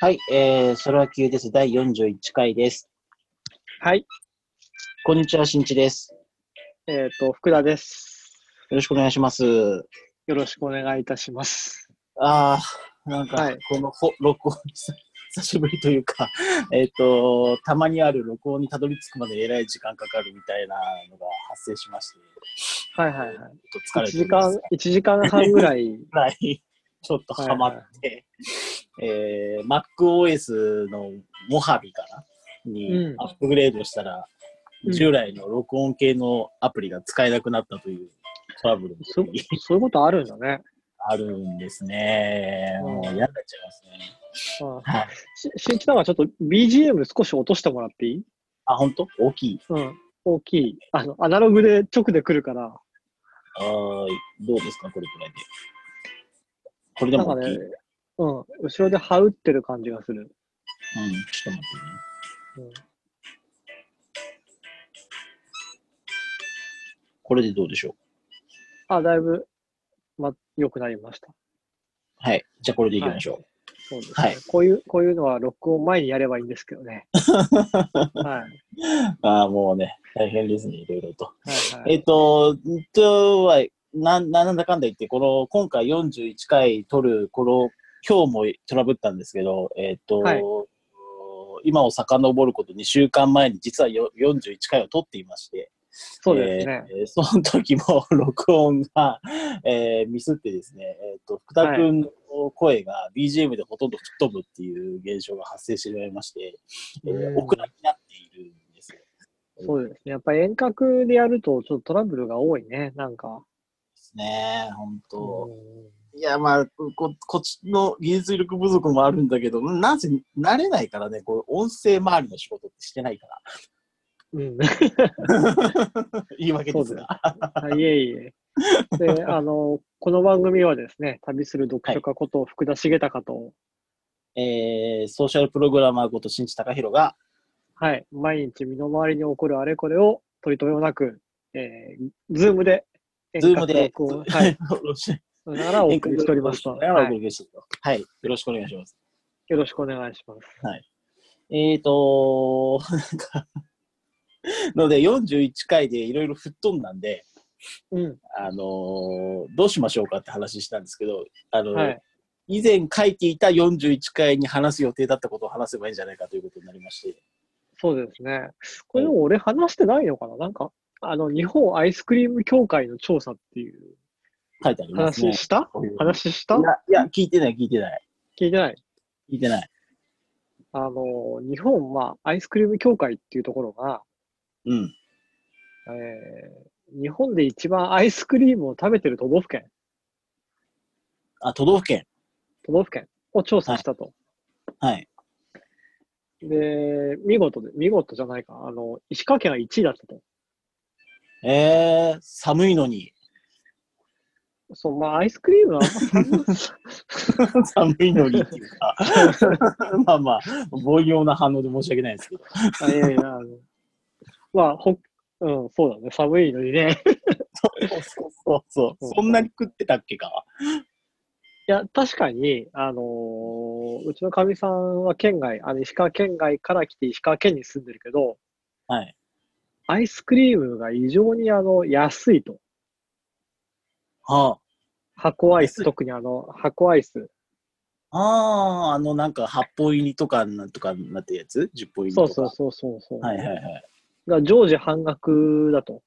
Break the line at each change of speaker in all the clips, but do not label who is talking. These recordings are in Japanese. はい、えー、ソラキューです。第41回です。
はい。
こんにちは、しんちです。
えっ、と、福田です。
よろしくお願いします。
よろしくお願いいたします。
あー、なんか、
はい
このほ録音、久しぶりというか、 えっ、と、たまにある録音にたどり着くまでえらい時間かかるみたいなのが発生しまして、
はいはいはい。
ちょっと疲
1
れて
時
るんです
間、一時間半 ぐらい。
ぐらい、ちょっとハマって、えー、MacOS のモハビかなに
うん
アップグレードしたら、
うん
従来の録音系のアプリが使えなくなったというトラブル
そ
も
そういうことあるんだね。
あるんですね。
うん
もう嫌になっちゃいますね。
うん
はい、
ししんいちさんはちょっと BGM 少し落としてもらっていい
あ、本当大きい。
うん。大きい。あの、アナログで直で来るから。
はーい。どうですかこれくらいで。これで
なん
も
か
大きい。
ね、うん。後ろで羽打ってる感じがする。
うん、ちょっと待ってね。
うん、
これでどうでしょう
あ、だいぶ、ま、良くなりました。
はい。じゃあこれでいきましょう。
そ うですね。
はい
こういう、こういうのは録音前にやればいいんですけど ね。はい。
ああ、もうね、大変ですね。いろいろと。
はいはい。
えっと、うんとは、なんなんだかんだ言って、この、今回41回撮る、この、今日もトラブったんですけど、えっと、
はい
今を遡ること2週間前に、実はよ41回を撮っていまして、
そうですね。
えーえーその時も 録音が、えーミスってですね、えっと、福田君の声が BGM でほとんど吹っ飛ぶっていう現象が発生してしまいまして、え
うん
ー、オクラになっているんですよ。
そうですね。やっぱり遠隔でやると、ちょっとトラブルが多いね、なんか。
ですね、本当。
うん
いや、まあこ、こっちの技術力不足もあるんだけど、なぜ慣れないからね、こう、音声周りの仕事ってしてないか
うん。
ら。 言い訳ですが。
あいえいえ。で、あの、この番組はですね、旅する読書家こと福田茂隆と、
えー、ソーシャルプログラマーこと新地隆弘が、
はい、毎日身の回りに起こるあれこれを取り留めもなく、えー、ズームで、
ズームで、
録 音、はい、ながらお
遠
送り
隔
しておりますと、
だからお
は
送
い。
りしておりますはい。よろしくお願いします。
よろしくお願いします。
えーとー、なんか、ので、41回でいろいろ吹っ飛んだんで、
うん、
あのーどうしましょうかって話したんですけど、あのー
はい。
以前書いていた41回に話す予定だったことを話せばいいんじゃないかということになりまして、
そうですね。これでも俺話してないのかななんか、あの、日本アイスクリーム協会の調査っていう
書いてありますね
話。した
こういう
話した
いや、いや聞いてない、聞いてない。
聞いてない。
聞いてない。
あの、日本はアイスクリーム協会っていうところが、
うん。
えー日本で一番アイスクリームを食べてる都道府県、
あ、都道府県。
都道府県を調査したと。
はい。
で、見事で、見事じゃないか。あの、石川県は1位だったと。
えー、寒いのに。
そう、まあ、アイスクリームはあんま寒い
寒いのにっていうか。 まあまあ、凡庸な反応で申し訳ないですけど。
あいやいや、あの、まあ、ほ、うん、そうだね。寒いのにね。
そうそうそうそう。そんなに食ってたっけか。
いや、確かに、あのーうちのかみさんは県外、あの、石川県外から来て石川県に住んでるけど、
はい。
アイスクリームが異常にあの、安いと。
は
箱アイス、
安い
特にあの、箱アイス。
あ。ああ、あの、なんか8本入りとかなんとかなってるやつ ?10 本入りと
そう
か。
そうそうそうそう。
はいはいはい。
が常時半額だと。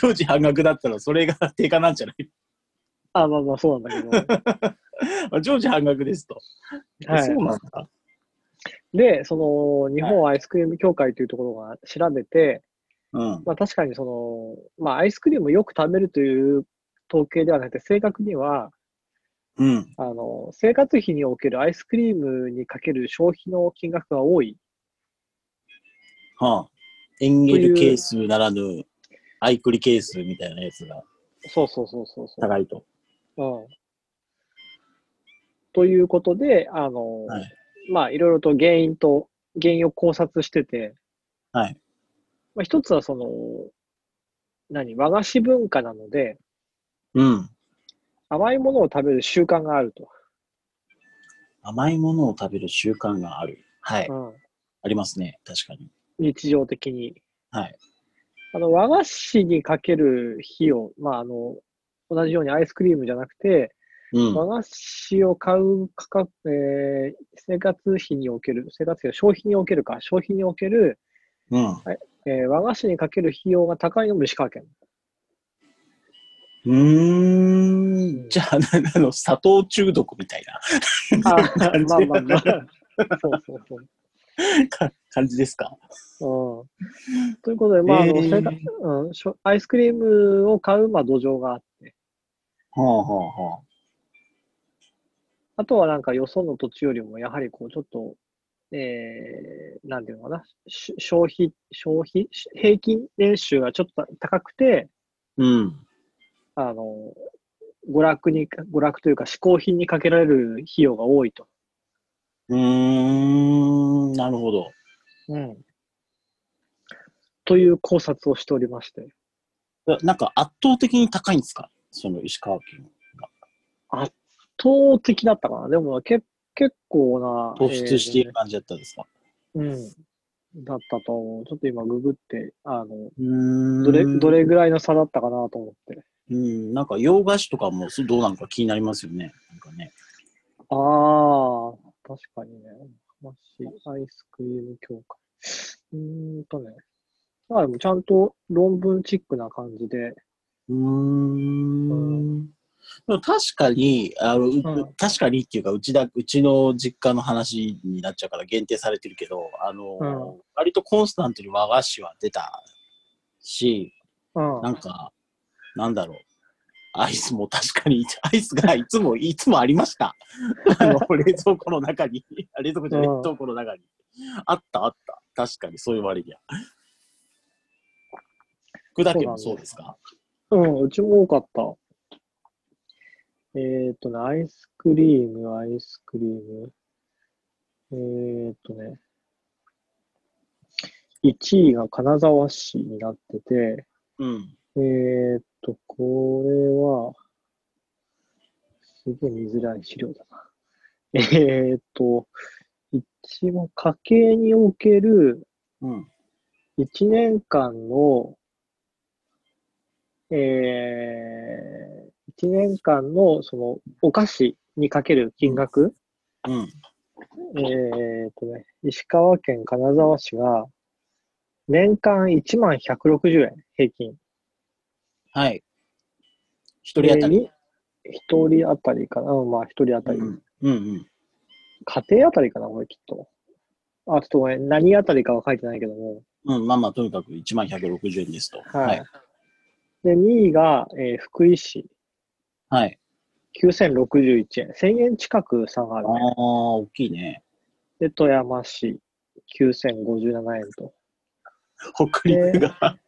常時半額だったらそれが定価なんじゃない
あ、まあまあそうなん だけど。
あ常時半額ですと。
はい
そうなんだ。
で、その、日本アイスクリーム協会というところが調べて、
うん。
まあ確かにその、まあアイスクリームをよく食べるという統計ではなくて、正確には、
うん。
あの、生活費におけるアイスクリームにかける消費の金額が多い。
はあ。エンゲル係数ならぬ、アイクリ係数みたいなやつが
そうそうそうそうそ
高いと。
う。うん。ということで、あの、
はい
まあ、いろいろと原因と、原因を考察してて、
はい。
まあ、一つはその、何、和菓子文化なので、
うん。
甘いものを食べる習慣があると。
あ甘いものを食べる習慣がある。はい。
うん、
ありますね。確かに。
日常的に。
はい。
あの、和菓子にかける火を、まあ、あの、同じようにアイスクリームじゃなくて、
うん。
和菓子を買う価格、えー生活費における、生活費を消費におけるか、消費における、
うん。
えー和菓子にかける費用が高いのも石川県。
うーん。じゃあ、ななの、砂糖中毒みたいな
あまあまあまあ。そうそうそう。
か感じですか。
うんということで、まあ、あの、
えー
生活うんしょ、アイスクリームを買う、まあ、土壌があって、
はあはあはあ。
あとはなんか、よその土地よりも、やはりこう、ちょっと、えー、なんていうのかな、し消費、消費、し平均年収がちょっと高くて、
うん。
あの、娯楽に、娯楽というか、嗜好品にかけられる費用が多いと。
うーん。なるほど。
うん。という考察をしておりまして。
ななんか圧倒的に高いんですかその石川県。
投的だったかな。でも、け結構な。
突出してい
えー
る感じだったんですか、
うん。だったと思う。ちょっと今ググって、あの、
うーん
どれ、どれぐらいの差だったかなと思って。
うん。なんか洋菓子とかもすどうなのか気になりますよね。なんかね。
ああ、確かにね。マシ、アイスクリーム協会。うーんとね。まあでもちゃんと論文チックな感じで。
うーん。でも確かに、あのう
うん
確かにっていうかうちだ、うちの実家の話になっちゃうから限定されてるけど、あの、
うん
割とコンスタントに和菓子は出たし、
うん。
なんか、なんだろう。アイスも確かに、アイスがいつも、いつもありま した。あの、冷蔵庫の中に、 あ冷蔵庫じゃない
うん
冷凍庫の中に。あった、あった。確かに、そう言われりゃ。福田家もそうですか
うん、うちも多かった。えーっとね、アイスクリーム、アイスクリーム。えーっとね、1位が金沢市になってて、
うん。
えーっと、これは、すげえ見づらい資料だな。えーっと、一応家計における
うん。
一年間の、えー、一年間の、その、お菓子にかける金額、
うん。
えーとね、石川県金沢市が、年間1万160円、平均。
はい。一人当たり。
り一人当たりかなうんまあ、一人当たり。
うん。うんうん。
家庭当たりかなこれきっと。あ、ちょっとごめん。何当たりかは書いてないけども。
うん。まあまあ、とにかく1万160円ですと。
はい。。で、2位が、えー福井市。
はい。
9061円。1000円近く差があ
あ
る
あー
ね。、
大きいね。
で、富山市、9057円と。
北陸が。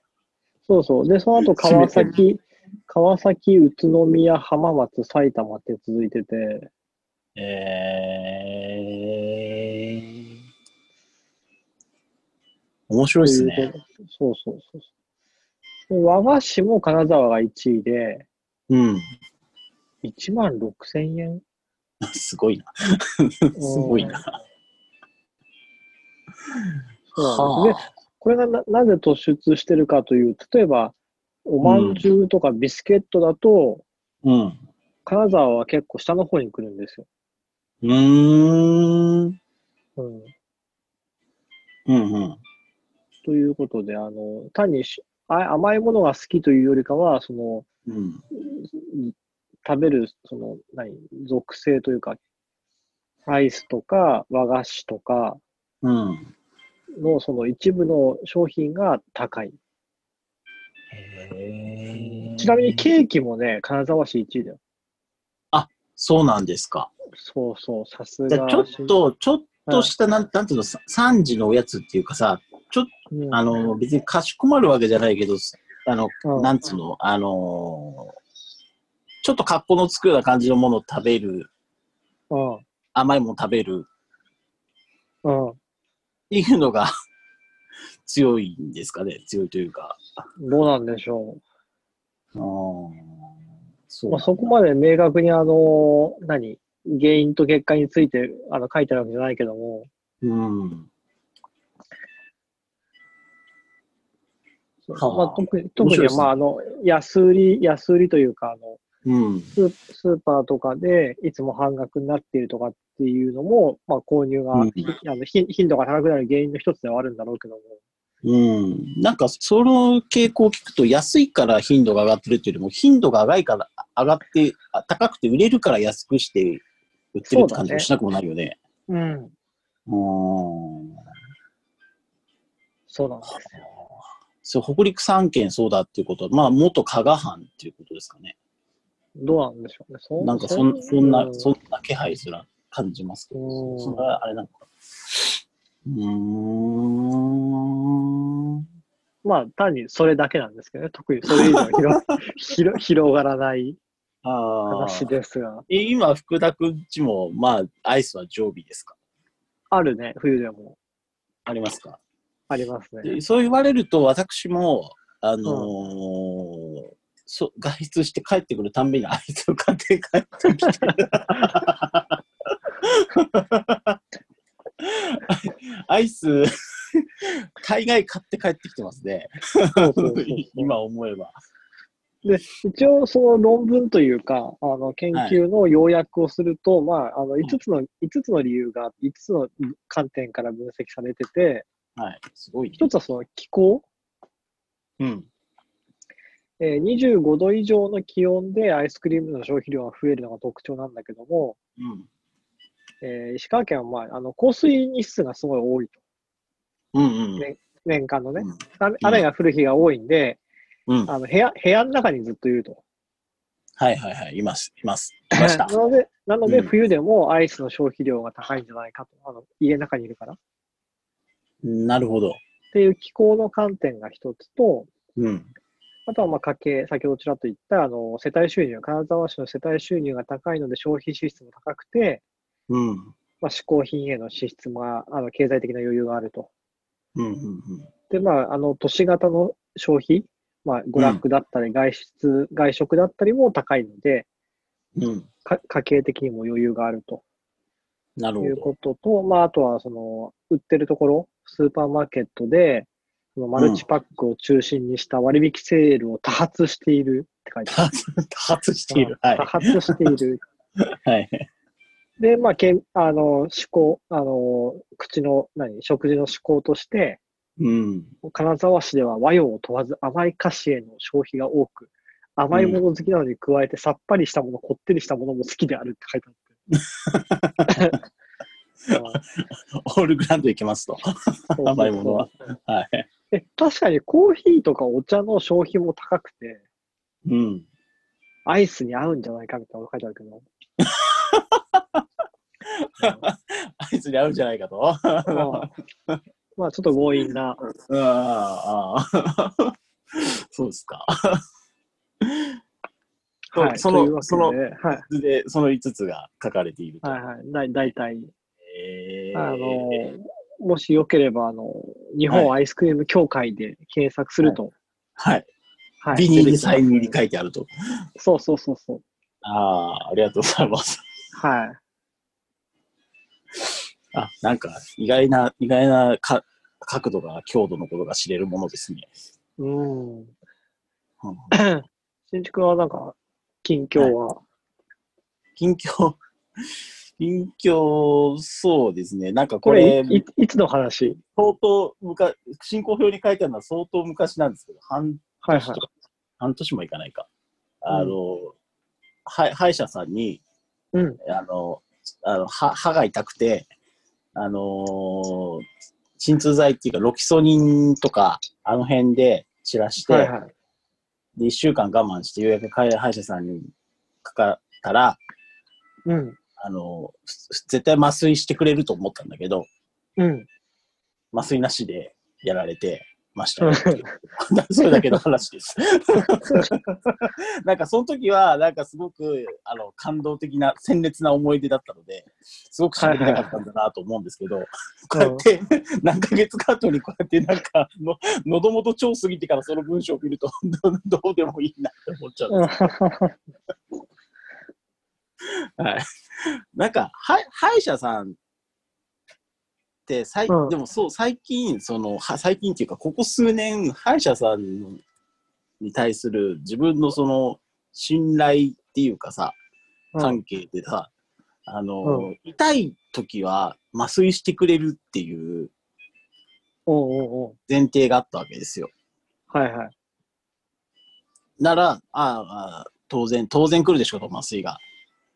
そうそう。で、そ の後、川崎、川崎、宇都宮、浜松、埼玉って続いてて、
えー、面白いですね。
そうそうそうそうで。和菓子も金沢が1位で、
うん。
1万6000円。
すごいな。すごいな。
そうなんです。で、
あ。
これがななぜ突出してるかという、例えば、おまんじゅうとかビスケットだと、
うん。
金沢は結構下の方に来るんですよ。
うーん。
うん、
うんうん。
ということで、あの、単にしあ甘いものが好きというよりかは、その、
うん。
食べる、その、何、属性というか、アイスとか和菓子とか
うん。
のその一部の商品が高い。
へー
ちなみにケーキもね、金沢市1位だよ。
そうなんですか。
そうそう、さす
じゃ
が。
あちょっ、と、ちょっとした、なんなんていうの、さ3時のおやつっていうかさ、
うん、
あの、別にかしこまるわけじゃないけど、あの、
うん
なんつうの、あのーちょっと格好のつくような感じのものを食べる、
うん、
甘いもの食べる
うん。
っていうのが 強いんですかね、強いというか。
どうなんでしょ。
あーそうう
まあ、そこまで明確にあの、何、原因と結果についてあの書いてあるわけじゃないけども、
うん。
そう
はあ
まあ、特に、
面
特
白いで
に
すね
まあ、あの、安売り、安売りというか、あの、
うん。
スースーパーとかでいつも半額になっているとかっていうのも、まあ、購入が、
うん
ひあのひ頻度が高くなる原因の一つではあるんだろうけども、
うん。なんか、その傾向を聞くと、安いから頻度が上がってるっていうよりも、頻度が上がいから、上がって、あ高くて売れるから安くして売ってるって感じもしなくもないよね。
うん、
うーん。
そうなんです。
そう、北陸三県そうだっていうことは、まあ、元加賀藩っていうことですかね。
どうなんでしょうね。そ
なんかそん、そんな、
う
そんな気配すら感じますけど、
うん
それはあれなのか。うーん。
まあ、単にそれだけなんですけどね、特にそれ以上 は広広広がらない
ああ。
話ですが、
え今、福田くんちも、まあ、アイスは常備ですか
あるね、冬でも
ありますか
ありますね。
でそう言われると、私も、あのーそ外出して帰ってくるたんびにアイスを買って帰ってきて アイス、大概買って帰ってきてますね。
そうそうそう
今思えば。
で、一応その論文というか、あの研究の要約をすると、まあ、あの5つの、5つの理由が、5つの観点から分析されてて、
はい。すごい、ね。
一つはその気候、
うん。
えー25度以上の気温でアイスクリームの消費量が増えるのが特徴なんだけども、
うん。
えー石川県は、まあ、あの降水日数がすごい多いと。
うんうん。
ね年間のね、
うん
雨雨が降る日が多いんで、
うん。は
あの部屋、部屋の中にずっといると。
いはいはい。います。います。いました
な。ので、なので
うん
冬でもアイスの消費量が高いんじゃないかと。あの家の中にいるから。っ
なるほど。
ていう気候の観点が一つと、
うん。
あとはまあ家計、先ほどちらっと言った、あの、世帯収入、金沢市の世帯収入が高いので消費支出も高くて、
うん。
まあ、嗜好品への支出も、あの、経済的な余裕があると。
うんうんうん。
で、まあ、あの、都市型の消費、まあ、娯楽だったり、外出、外食だったりも高いので、
うん。
か家計的にも余裕があると。
なる
いう
ほど。
ことと、まあ、あとは、その、売ってるところ、スーパーマーケットで、そのマルチパックを中心にした割引セールを多発しているって書いてあ
多発してい
る
る。。はい
多。発している。
はい。
で、まあ、けんあの、思考、あの、口の、何、食事の思考として、
うん。
金沢市では和洋を問わず甘い菓子への消費が多く、甘いもの好きなのに加えて、さっぱりしたもの、こってりしたものも好きであるって書い てあって。
オールグラウンド行けますと。
うん
甘いものは。はい。
え、確かにコーヒーとかお茶の消費も高くて、
うん。
アイスに合うんじゃないかみたいなのが書いてあるけど。
あいつに合うんじゃないかと。あ
うんまあ、まあちょっと強引な。
あああ。そうですか。そう
はい、
その
というわけで
その
はい、
で、その5つが書かれていると。
はい、はい。だい大体、
えー
あの、もしよければ、あの、日本アイスクリーム協会で検索すると。
はい。
はい。
ビニールサ
サ
イ
イ
ンに書いてあると。
そうそうそうそう。
ああー、ありがとうございます。
はい。
あ、なんか、意外な、意外なか角度が、強度のことが知れるものですね。
うん。
うん
新宿はなんか、近況は、
近況、近況、そうですね。なんかこ
これ
れ、
い、いいつの話
相当昔、進行表に書いてあるのは相当昔なんですけど、半
はいはい。
半年もいかないか。あの、は歯医者さんに、
うん。
あの、あの歯歯が痛くて、あのー鎮痛剤っていうか、ロキソニンとか、あの辺で散らして、
はいはい。
で、1週間我慢して、ようやく歯医者さんにかかったら、
うん。
あの、ふ絶対麻酔してくれると思ったんだけど、
うん。
麻酔なしでやられてましたよ。 それだけの話です。 なんかその時は、なんかすごくあの感動的な、鮮烈な思い出だったので、すごく喋りたかったんだなと思うんですけど、こうやって、何ヶ月か後にこうやってなんかの、喉元超過ぎてからその文章を見ると、どどうでもいいなって思っちゃう。
うん
はい。 なんか、は歯医者さんって、最
うん
でもそう、最近、その、は最近っていうか、ここ数年、歯医者さんのに対する自分のその、信頼っていうかさ、関係でさ、あの、
う
痛い時は麻酔してくれるっていう
おうおうおう
前提があったわけですよ。
はいはい。
なら、ああ、当然、当然来るでしょと、麻酔が。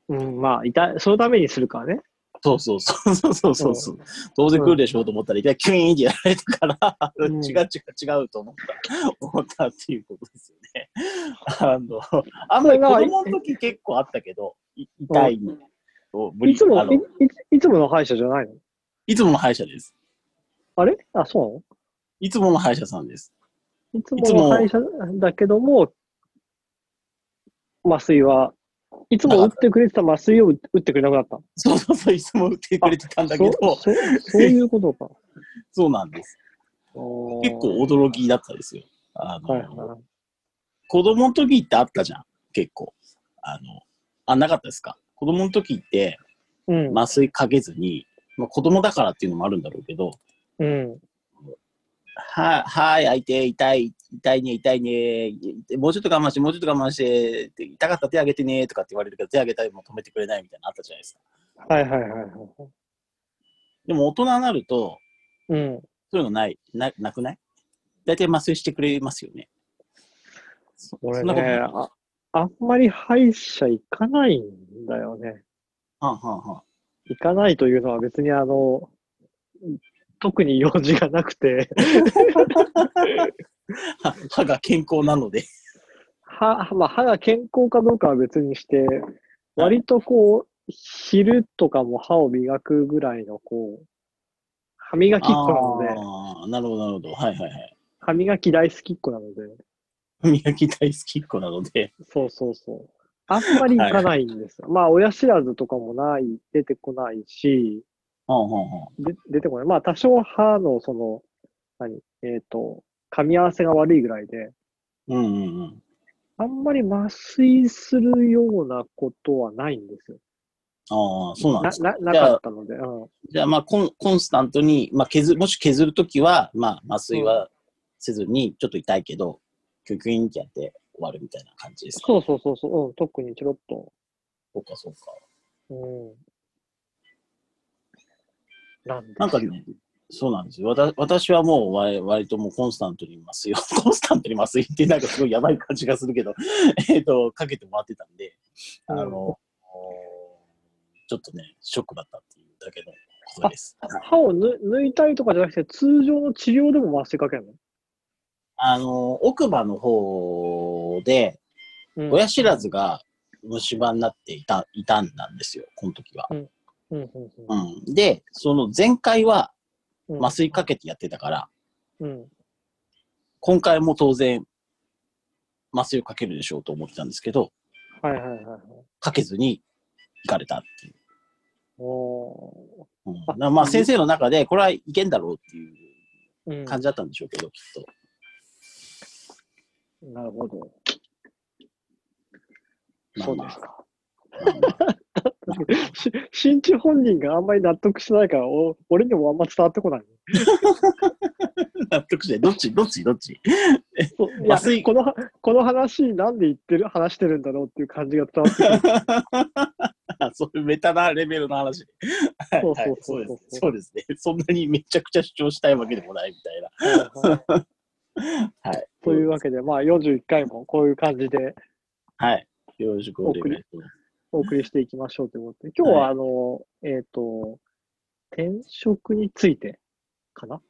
うん、まあ、痛い、そのためにするからね。
そうそうそうそうそうそうそう。当然来るでしょうと思ったら、いきなりキュイーンってやられたから、
うん
違う違う違うと思った、思ったっていうことですよね。あの、あんまり子供の時結構あったけど、い痛いのを無理
いつも
あの
いいつ、いつもの歯医者じゃないの
いつもの歯医者です。
あれあ、そ
いつもの歯医者さんです。
うなのいつ
いつ
も
も
の歯医者だけども、麻酔は、いつも打ってくれてた麻酔を打打ってくれなくなったの
そうそうそう、いつも打ってくれてたんだけど、そう
そうそうそういうこと か。
なんです。
結
結構驚きだったですよ。あの、
はいは
子供の時ってあったじゃん、結構。あの、あ、なかったですか。子供の時って、
い。うん。
麻酔かけずに、まあ、子供だからっていうのもあるんだろうけど、
うん。
ははい、開いて、痛い、痛いね、痛いね、もうちょっと我慢して、もうちょっと我慢して、って痛かったら手あげてねとかって言われるけど、手あげたりも止めてくれないみたいなのあったじゃないですか。
はいはいはいはい。
でも大人になると、
うん。
そういうのない、ななくない大体麻酔してくれますよね。そ
俺
そんなことない
ねあ、あんまり歯医者行かないんだよね。
はんはん はん
行かないというのは別にあの、特に用事がなくて、
は歯が健康なので。
歯、まあ、歯が健康かどうかは別にして、割とこう、昼とかも歯を磨くぐらいのこう、歯磨きっ子なので、
ああ、なるほど、なるほど。はいはいはい。
歯磨き大好きっ子なので、
磨き大好きっ子なので。
そうそうそう。あんまり行かないんですよ。まあ、親知らずとかもない、出てこないし、
はんはんはん。
で出てこない。まあ、多少歯の、その、何、えっ、と、噛み合わせが悪いぐらいで、
うんうんうん。
あんまり麻酔するようなことはないんですよ。
ああ、そうなん
な
で、すか。
な、な
じゃあ
かったので、うん。
じゃあ、まあコン、コンスタントに、まあ、削もし削るときは、まあ、麻酔はせずに、ちょっと痛いけど、キュキュインってやって終わるみたいな感じですか。
そうそうそうそう、うん、特にちょろっと。
そうか、そうか。
うん。なんです
なんかね、そうなんですよ。わた私はもう割、割ともうコンスタントに麻酔を、 コンスタントに麻酔ってなんかすごいやばい感じがするけど、 えっと、かけてもらってたんで、あの、
うん
おちょっとね、ショックだったっていうだけのこと です。はい
歯をぬ抜いたりとかじゃなくて、通常の治療でも麻酔かけるの
あの、奥歯の方で、
うん。
親知らずが虫歯になっていた、いたんなんですよ、この時は。
うんうんう
うんん。で、その前回は
うん。
麻酔かけてやってたから、
うん。
今回も当然麻酔をかけるでしょうと思ってたんですけど、
はいはいはいはい。
かけずに行かれたっていう。
お
うん、だ
あ
からまあ先生の中でこれはいけんだろうっていう
ーうん
感じだったんでしょうけど、きっと。
なるほど。
まあ
そうです
ま
か。
あま あ
し 新地本人があんまり納得してないから、お俺にもあんま伝わってこない。
納得して、どっち、どっち、どっち。
そういや
麻酔
このはこの話、なんで言ってる、話してるんだろうっていう感じが伝わってくる。
そういうメタなレベルの話。
そうそう
そ
そう
で
うそう
す。そうですね。そんなにめちゃくちゃ主張したいわけでもないみたいな。
はい はい
はい。
というわけで、まあ、41回もこういう感じで
はい。よろしくお願いします。
お送りしていきましょうということで、今日
は
は、あの、えっ、と、転職についてかな、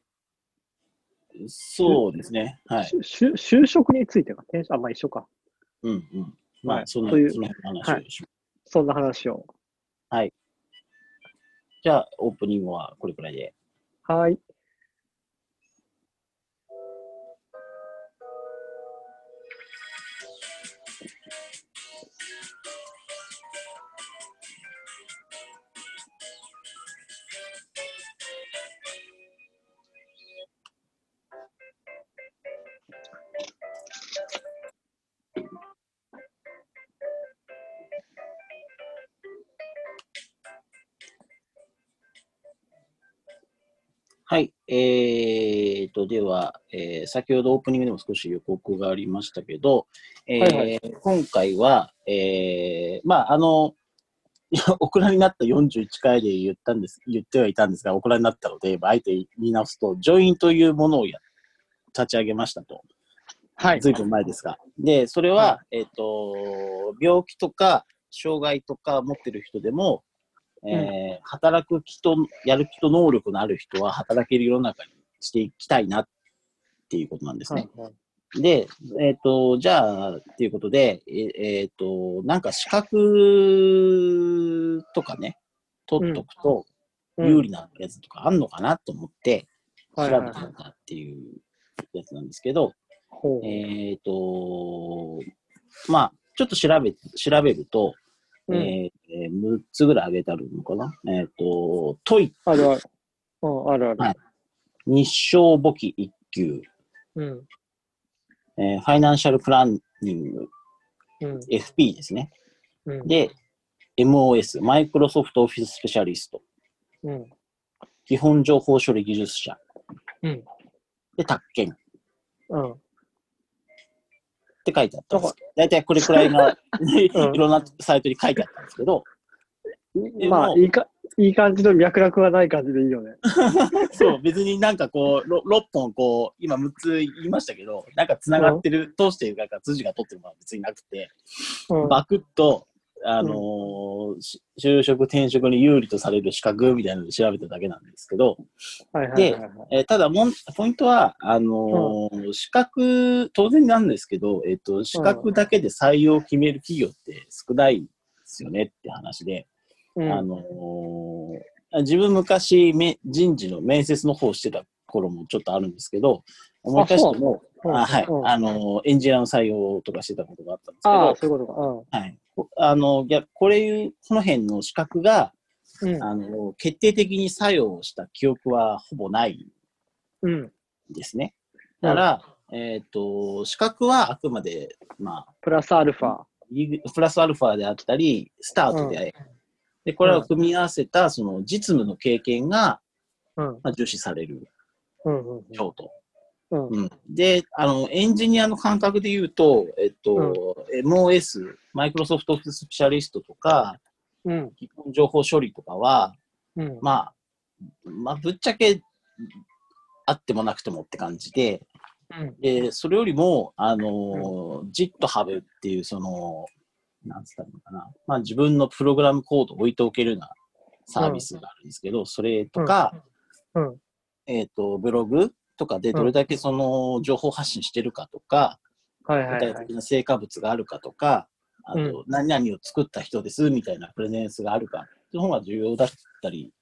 そうですね。はい。
しゅ就職についてか、転職あ、まあ一緒か。
うんうん。まあ
は、い
そんな、
という
その話をします。
そんな話を。
じゃあ、オープニングはこれくらいで。
はい。
えー、と、では、えー先ほどオープニングでも少し予告がありましたけど、えー
はいは
今回は、えーまあ、あの、 オクラになった41回で言ったんです、言ってはいたんですが、オクラになったので、まああえて言い直すと、ジョインというものをや立ち上げましたと。
はい。
ずいぶん前ですが。で、それは、
は
えっ、と、病気とか、障害とか持ってる人でも、えー働く気と、やる気と能力のある人は働ける世の中にしていきたいなっていうことなんですね。
はい
で、えっ、と、じゃあ、っていうことで、えっ、えーと、なんか資格とかね、取っとくと
うん
有利なやつとかあんのかなと思って、調
はい
べ
はい
てみたっていうやつなんですけど、
ほう
えっ、と、まあ、ちょっと調べ、調べると、
うん
えー6つぐらい挙げてあるのかな。えっ、と、トイ、
あるある。うん、あるある。
はい日照簿記1級、
うん。
えーファイナンシャルプランニング、
うん。
FP ですね。
うん。
で、MOS、マイクロソフトオフィススペシャリスト、
うん。
基本情報処理技術者、
うん。
で、宅建っ
うん。
て書いてあったんですけど、大体これくらい が、いろんなサイトに書いてあったんですけど、で
ま
も
あ、いいか、いい感じの脈絡がない感じでい いよね。
そう、別になんかこう、ろ6本こう、今6つ言いましたけど、なんか繋がってる、通してるから筋が取ってるのは別になくて、
うん。
バクッと、あのーし就職、転職に有利とされる資格みたいなので調べただけなんですけど、
はいはい
で
はいはい。
えーただもん、ポイントは、あのー資格、当然なんですけど、えっ、と、資格だけで採用を決める企業って少ないですよねって話で、
うん
あのー自分昔め人事の面接の方をしてた頃もちょっとあるんですけど思い返しても
うん
あはい、
うん
あのーエンジニアの採用とかしてたことがあったん
ああ、
です
そういうこ
けど、はい、こあの逆これいうこの辺の資格が、
とか。うん。
あのー決定的に作用した記憶はほぼない
うん。うん。
んですね。だから、えっと資格はあくまで、まあ、
プラスアルファ。
リプラスアルファであったり、スタートであり、でこれを組み合わせたその実務の経験が、
うん。
まあ、重視される
うん。うん
京都。
うん。
うん、であの、エンジニアの感覚で言うと、えっと MOS、マイクロソフトスペシャリストとか、
うん。
基本情報処理とかは、
うん。
まあ、まあ、ぶっちゃけあってもなくてもって感じで、
うん。
でそれよりも、あのーじっとハブっていう、その、なんつったらいいのかな、まあ、自分のプログラムコードを置いておけるようなサービスがあるんですけど、それとか、
うん。うん
えっ、と、ブログとかでどれだけその情報発信してるかとか、
はい
具
はい
体
はい
的。な成果物があるかとか、あ
うん
と、何々を作った人ですみたいなプレゼンスがあるか、その方が重要だったり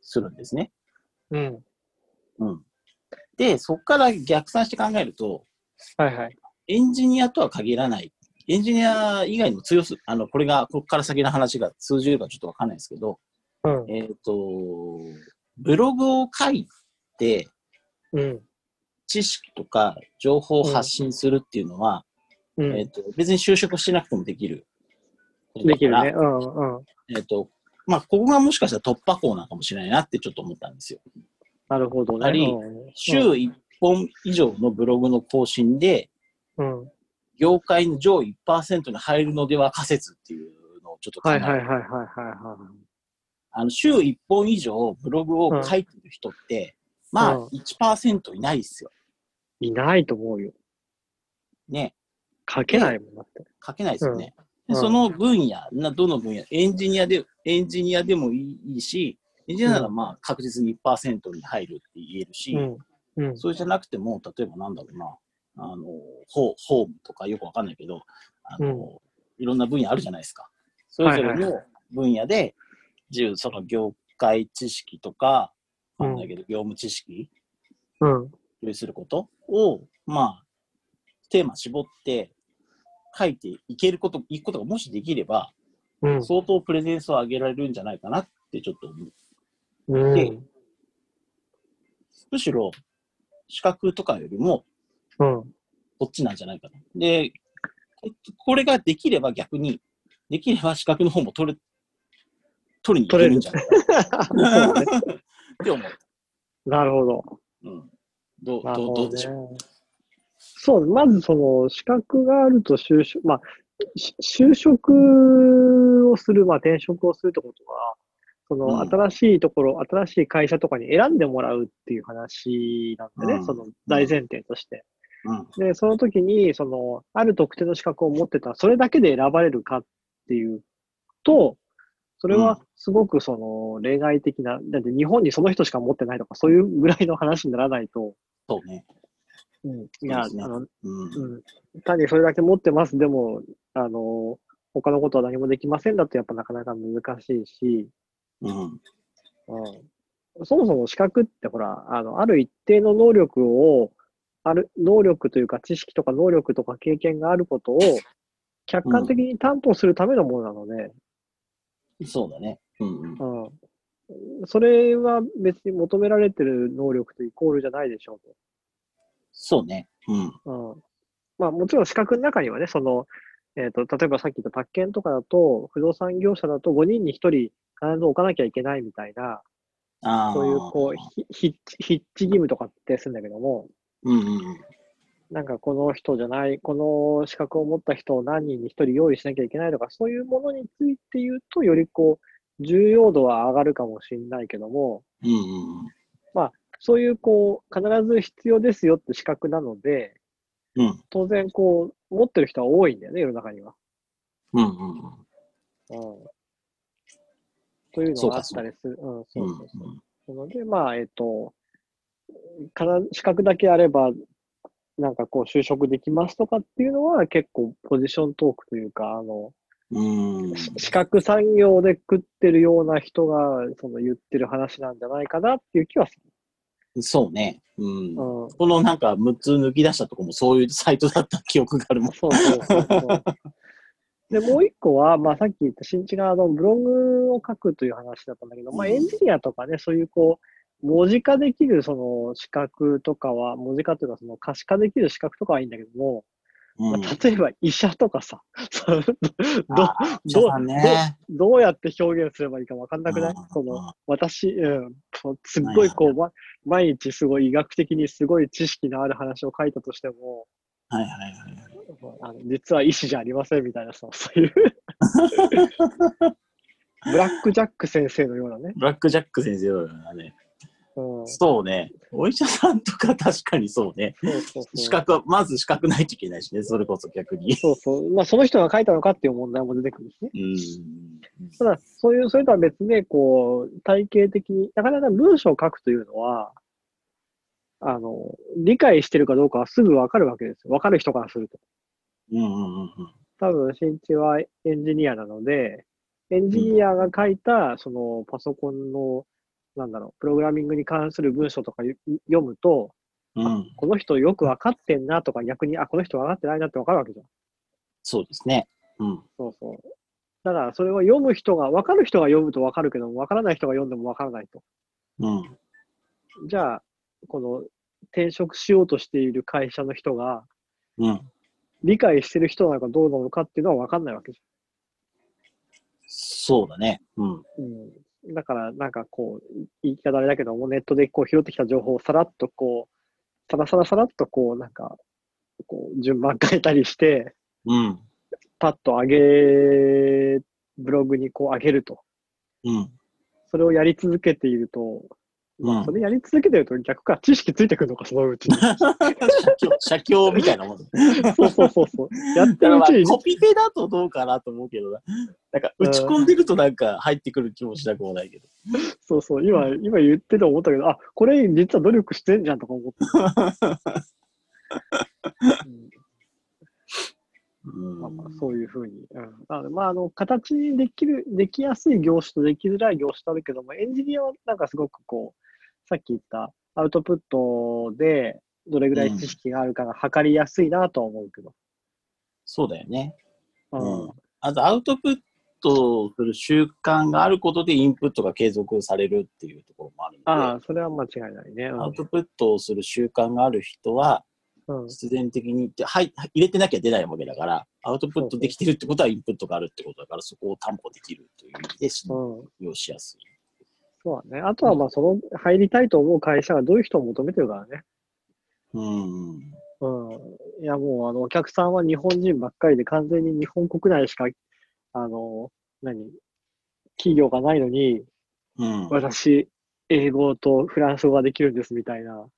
するんですね。
うん。
うん。で、そこから逆算して考えると、
はいはい。
エンジニアとは限らない。エンジニア以外にも通用する、あの、これが、ここから先の話が通じるかちょっとわかんないですけど、
うん。
えっ、と、ブログを書いて、
うん。
知識とか情報を発信するっていうのは、
う
えっ
ん。
と別に就職してなくてもできる。
できる
だ
ね。
か
うん。う
ら。
ん。
えっとまあ、ここがもしかしたら突破口なのかもしれないなってちょっと思ったんですよ。
なるほど
あ
ね。
り
うん
週1本以上のブログの更新で、
うん。うん
業界の上位1%に入るのでは仮説っていうのをちょっと考
は
え
い
て、
はいはいはいはいはい。
あの週1本以上ブログを書いてる人って、まあ
うん
1%いないですよ。
いないと思うよ。
ね。
書けないもんだって。
書けないですよね。
う
で
ん
その分野な、どの分野、エンジニアで、エンジニアでもいいし、エンジニアなら
う
まあ確実に1%に入るって言えるし、
うん。うん。
それじゃなくても、例えばなんだろうな、あの、ホホームとかよくわかんないけど、あの、いろんな分野あるじゃないですか。それぞれ
はいはい
の分野で、自由、その業界知識とか、わかんないけど、業務知識、
うん。
共有することを、まあ、テーマ絞って、書いていけること、いくことがもしできれば、
うん。
相当プレゼンスを上げられるんじゃないかなってちょっと思う。
うん。
むしろ、資格とかよりも、
うん。
こっちなんじゃないかな。で、ここれができれば逆に、できれば資格の方も取れ、取りに行けるんじゃないかな
そうね。
って思う。
なるほど。
うん。どう、
なる
ど
ほ
う、
ど
どうでしょう。
ね。そう、まずその資格があると就職、まあ、し就職をする、まあ転職をするってことは、その
うん
新しいところ、新しい会社とかに選んでもらうっていう話なんでね、
うん
その大前提として。
うん。
で、その時に、その、ある特定の資格を持ってたら、それだけで選ばれるかっていうと、それ
うん
はすごくその、例外的な、だって日本にその人しか持ってないとか、そういうぐらいの話にならないと、
そうね。
いや、
そうですね
あの、
うん。
うん、単にそれだけ持ってます、でも、あの、他のことは何もできませんだと、やっぱなかなか難しいし、
うん。
うん、そもそも資格ってほら、あの、ある一定の能力を、ある、能力というか知識とか能力とか経験があることを、客観的に担保するためのものなので、
そうだね。うんうん。
うん、それは別に求められてる能力とイコールじゃないでしょうと。
そうね。うん。
うんまあもちろん資格の中にはね、その、えっ、と、例えばさっき言った宅建とかだと、不動産業者だと5人に1人必ず置かなきゃいけないみたいな、
ああ。
そういうこう、ひ筆致義務とかってするんだけども、
う。うんうんうん。
なんかこの人じゃない、この資格を持った人を何人に1人用意しなきゃいけないとか、そういうものについて言うと、よりこう、重要度は上がるかもしれないけども、
うんうん
そういうこう、必ず必要ですよって資格なので、
うん。うん
当然こう、持ってる人は多いんだよね、世の中には。
うんうんうん。
うんという
そう
のが
か
あったりする。うん、そううんそうそう。なので、まあ、えっ、と、から資格だけあれば、なんかこう、就職できますとかっていうのは、結構ポジショントークというか、あの、
うん。うん。
し資格産業で食ってるような人が、その言ってる話なんじゃないかなっていう気はす
そうね。うん
る。。うん。
このなんか6つ抜き出したとこもそういうサイトだった記憶があるもん。
そうそうそう そう。で、もう一個は、まあ、さっき言った新地があのブログを書くという話だったんだけど、まあ、
うん
エンジニアとかね、そういうこう、文字化できるその資格とかは、文字化というかその可視化できる資格とかはいいんだけども、
う
まあ、例えば医者とかさ、 そうど
あーお医
ど
者さんね
どうやって表現すればいいかわかんなくない
うん
そ
うん
の、私、うん、そうすっごいこう、ま、毎日すごい医学的にすごい知識のある話を書いたとしても、
はいはいはい。
あの実は医師じゃありませんみたいなさ、 そういう。ブラック・ジャック先生のようなね。
ブラック・ジャック先生だね。
うん、そ
そうね。お医者さんとか確かにそうね。
うそうそう。
資格は、まず資格ないといけないしね、それこそ逆に。
そうそう。まあ、その人が書いたのかっていう問題も出てくるしね。
うん。
ただ、そういう、それとは別で、こう、体系的に、なかなか文章を書くというのは、あの、理解してるかどうかはすぐわかるわけですよ。わかる人からすると。
うんうんうんうん。
多分、新地はエンジニアなので、エンジニアが書いた、そのパソコンの、なんだろう、プログラミングに関する文章とかよ読むと、
うん、
この人よく分かってんなとか、逆に、あ、この人分かってないなって分かるわけじゃん。
そうですね。うん。
そうそう。だから、それは読む人が、分かる人が読むと分かるけども、分からない人が読んでも分からないと。
うん。
じゃあ、この転職しようとしている会社の人が、
うん。
理解してる人なのかどうなのかっていうのは分かんないわけじゃん。
そうだね。うん。
うん、だから、なんかこう、言い方あれだけども、ネットでこう拾ってきた情報をさらっとこう、さらさらさらっとこう、なんか、こう、順番変えたりして、
うん。
パッと上げ、ブログにこう上げると。
うん。
それをやり続けていると、
うん
そ。れやり続けてると逆か、知識ついてくるのか、そのう ちに。
写経写経みたいなもん だね
そうそうそうそう。やって
だか
る
ら
う
まあ
ちに、
コピペだとどうかなと思うけどな。なんか、打ち込んでるとなんか入ってくる気もしなくもないけど。
そうそう、今、今言ってて思ったけど、あ、これ実は努力してんじゃんとか思って。 うん
うん
まあまあ、そういうふうに。うん、なのでまあ、あの、形にできる、できやすい業種とできづらい業種とあるけども、エンジニアはなんかすごくこう、さっき言ったアウトプットで、どれぐらい知識があるかが測りやすいなとは思うけど。
そうだよね。
うん。
うんあと、アウトプットをする習慣があることで、インプットが継続されるっていうところもあるので、
ああ、それは間違いないね。
アウトプットをする習慣がある人は、
うん。うん、
必然的に、ではい、入れてなきゃ出ないわけだから、アウトプットできてるってことは、インプットがあるってことだから、そこを担保できるという意味で、信
そ
用しやすい。
うそうだね。あとは、まあ、その、入りたいと思う会社がどういう人を求めてるからね。
うん。
うん。いや、もう、あの、お客さんは日本人ばっかりで、完全に日本国内しか、あの、何、企業がないのに、
うん。
私、英語とフランス語ができるんですみた いな。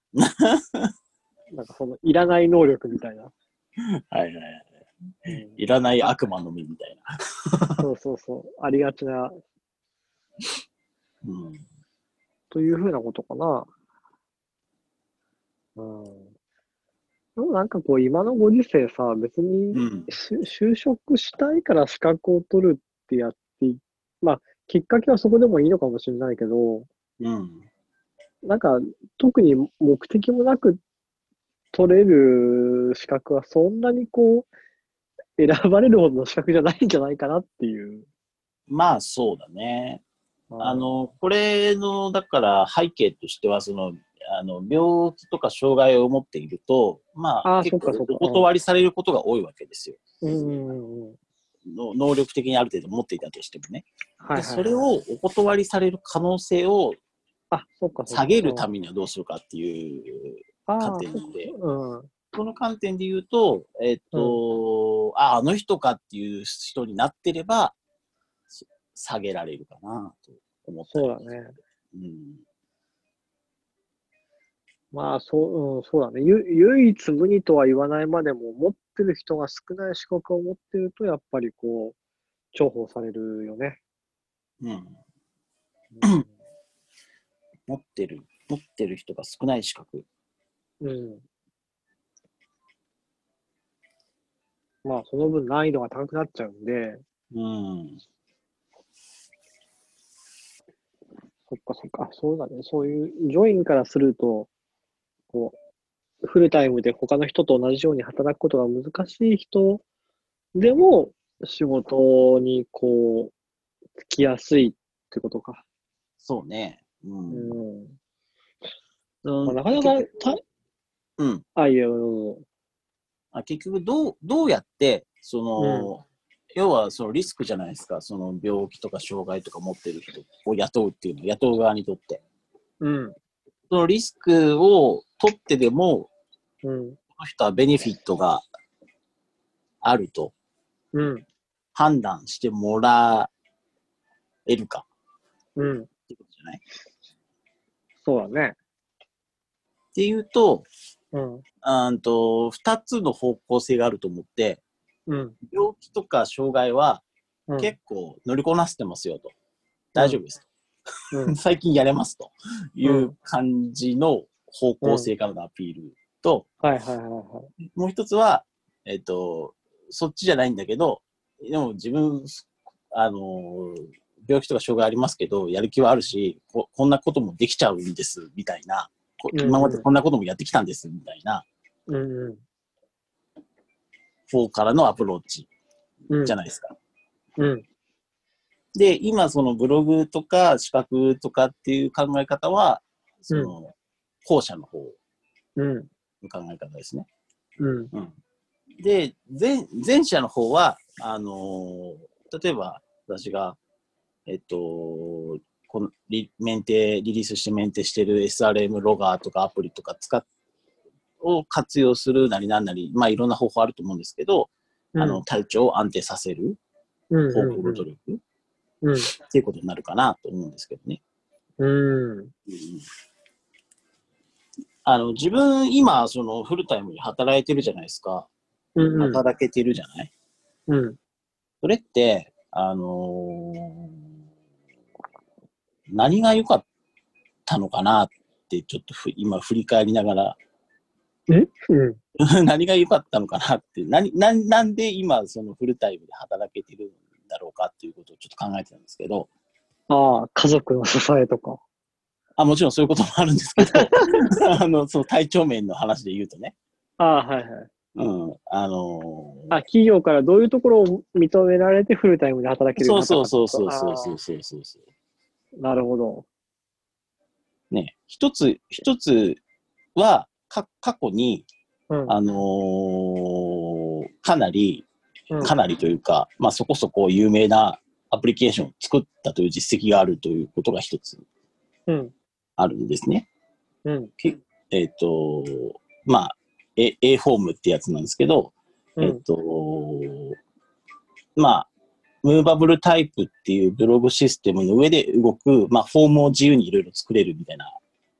なんかその、いらない能力みたいな。
はいはいはい。
うん
いらない悪魔の実みたいな。
そうそうそう。ありがちな、
うん。
というふうなことかな。うん。でもなんかこう、今のご時世さ、別に
うん。
し就職したいから資格を取るってやってい、まあ、きっかけはそこでもいいのかもしれないけど、
うん。
なんか特に目的もなく取れる資格はそんなにこう、選ばれるほどの資格じゃないんじゃないかなっていう。
まあそうだね。あ、の、これの、だから背景としては、その、あの病気とか障害を持っていると、まあ、
あー
結構
そっかそっか
お断りされることが多いわけですよ。
うんうんうん。
の能力的にある程度持っていたとしてもね。
はい、はい。
でそれ、をお断りされる可能性を
あ、そっかそっか。
下げるためにはどうするかっていう
あー
観点なんで、
うん。
この観点で言うと、えっ、と、あ、あの人かっていう人になってれば、そ下げられるかなと思ったり
そうだね。
うん。
まあ、そう、うん、そうだね。ゆ唯一無二とは言わないまでも、持ってる人が少ない資格を持ってると、やっぱりこう、重宝されるよね。
うん。
うん。
持ってる、持ってる人が少ない資格。
うん、まあ、その分難易度が高くなっちゃうんで、
うん。
そっかそっか、あそうだね。そういう、ジョインからすると、こう、フルタイムで他の人と同じように働くことが難しい人でも、仕事にこう、つきやすいってことか。
そうね。う。
うんん。
うん
まあ、なかなか、た
うん。
あ、いや、うん
あ結局どう、どうやって、その、要はそのリスクじゃないですか。その病気とか障害とか持ってる人を雇うっていうのは、雇う側にとって。
うん。
そのリスクを取ってでも、
うん。
この人はベネフィットがあると
うん。
判断してもらえるかっ
うん。
てことじゃないっ
そうだね。
ていうと、
うん。
うんと、二つの方向性があると思って、
うん。
病気とか障害は
うん
結構乗りこなせてますよと。大丈夫です。
うん
最近やれますという感じの方向性からのアピールと、
はいはいはいはい。
もう一つは、えっ、と、そっちじゃないんだけど、でも自分、あのー病気とか障害ありますけど、やる気はあるし、ここんなこともできちゃうんです、みたいな。こ
うんうん
今までこんなこともやってきたんです、みたいな
うんう
方からのアプローチ
ん。うん。
じゃ
ない。
ないですか。
うん。
で、今、そのブログとか資格とかっていう考え方は、その、後者の方
うん。
の考え方ですね。
うん。
で、前前者の方は、あのー例えば私が、えっと、このリメンテ、リリースしてメンテしてる SRM ロガーとかアプリとか使っを活用するなりなんなり、まあいろんな方法あると思うんですけど、あの、体調を安定させる
うん、
方法の努力っ
うん。
ていうことになるかなと思うんですけどね。
うん。
うんうんあの、自分今、そのフルタイムに働いてるじゃないですか。
うん。うん。
働けてるじゃない、
うん。
それって、あのー何が良かったのかなって、ちょっとふ今振り返りながら、
えうん。
何が良かったのかなって、何、なんなんで今、そのフルタイムで働けてるんだろうかっていうことをちょっと考えてたんですけど、
ああ、家族の支えとか。
あ、もちろんそういうこともあるんですけど、 あの、その体調面の話で言うとね、
ああ、はいはい。
うん、あのー
あ、企業からどういうところを認められてフルタイムで働けるよ
そうう
になった
そ
か
う
って
そ
こ
うそう
と
そうそうそうそうそう。
ああなるほど。
ね、一つ、一つは、か過去に、
うん。
あのーかなり、
うん
かなりというか、まあそこそこ有名なアプリケーションを作ったという実績があるということが一つ。
うん。
あるんですね。
うん。
えっ、と、まあ、A, A フォームってやつなんですけど、
う
えっ
ん。
と、まあ、ムーバブルタイプっていうブログシステムの上で動く、まあ、フォームを自由にいろいろ作れるみたいな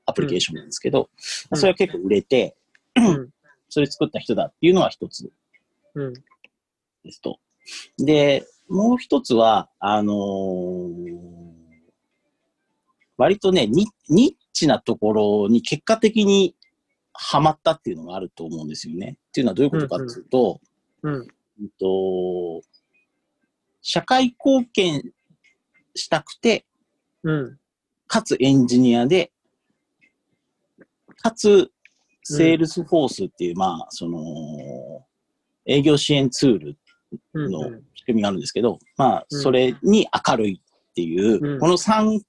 アプリケーションなんですけど、
うん
それは結構売れて、
うん。
それ作った人だっていうのは一つ
うん。
ですと。で、もう一つは、あのー割とねニ、ニッチなところに結果的にはまったっていうのがあると思うんですよね。っていうのはどういうことかっていうと、
うん。
うんと、社会貢献したくて、
うん。
かつエンジニアで、かつ、セールスフォースっていう、まあ、その、営業支援ツール、
うん。
の仕組みがあるんですけど、まあ、
うん
それに明るいっていう、
うん
この3、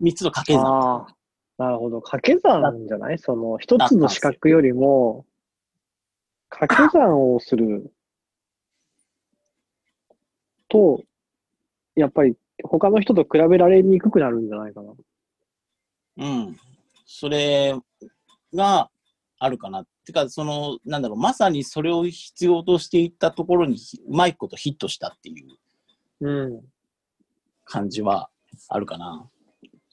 3つの掛け算。
ああ。なるほど。掛け算なんじゃないその、一つの資格よりも、掛け算をすると、やっぱり他の人と比べられにくくなるんじゃないかな。
うん。それがあるかな。てか、その、なんだろう、まさにそれを必要としていったところに、うまいことヒットしたっていう
うん。
感じはあるかな。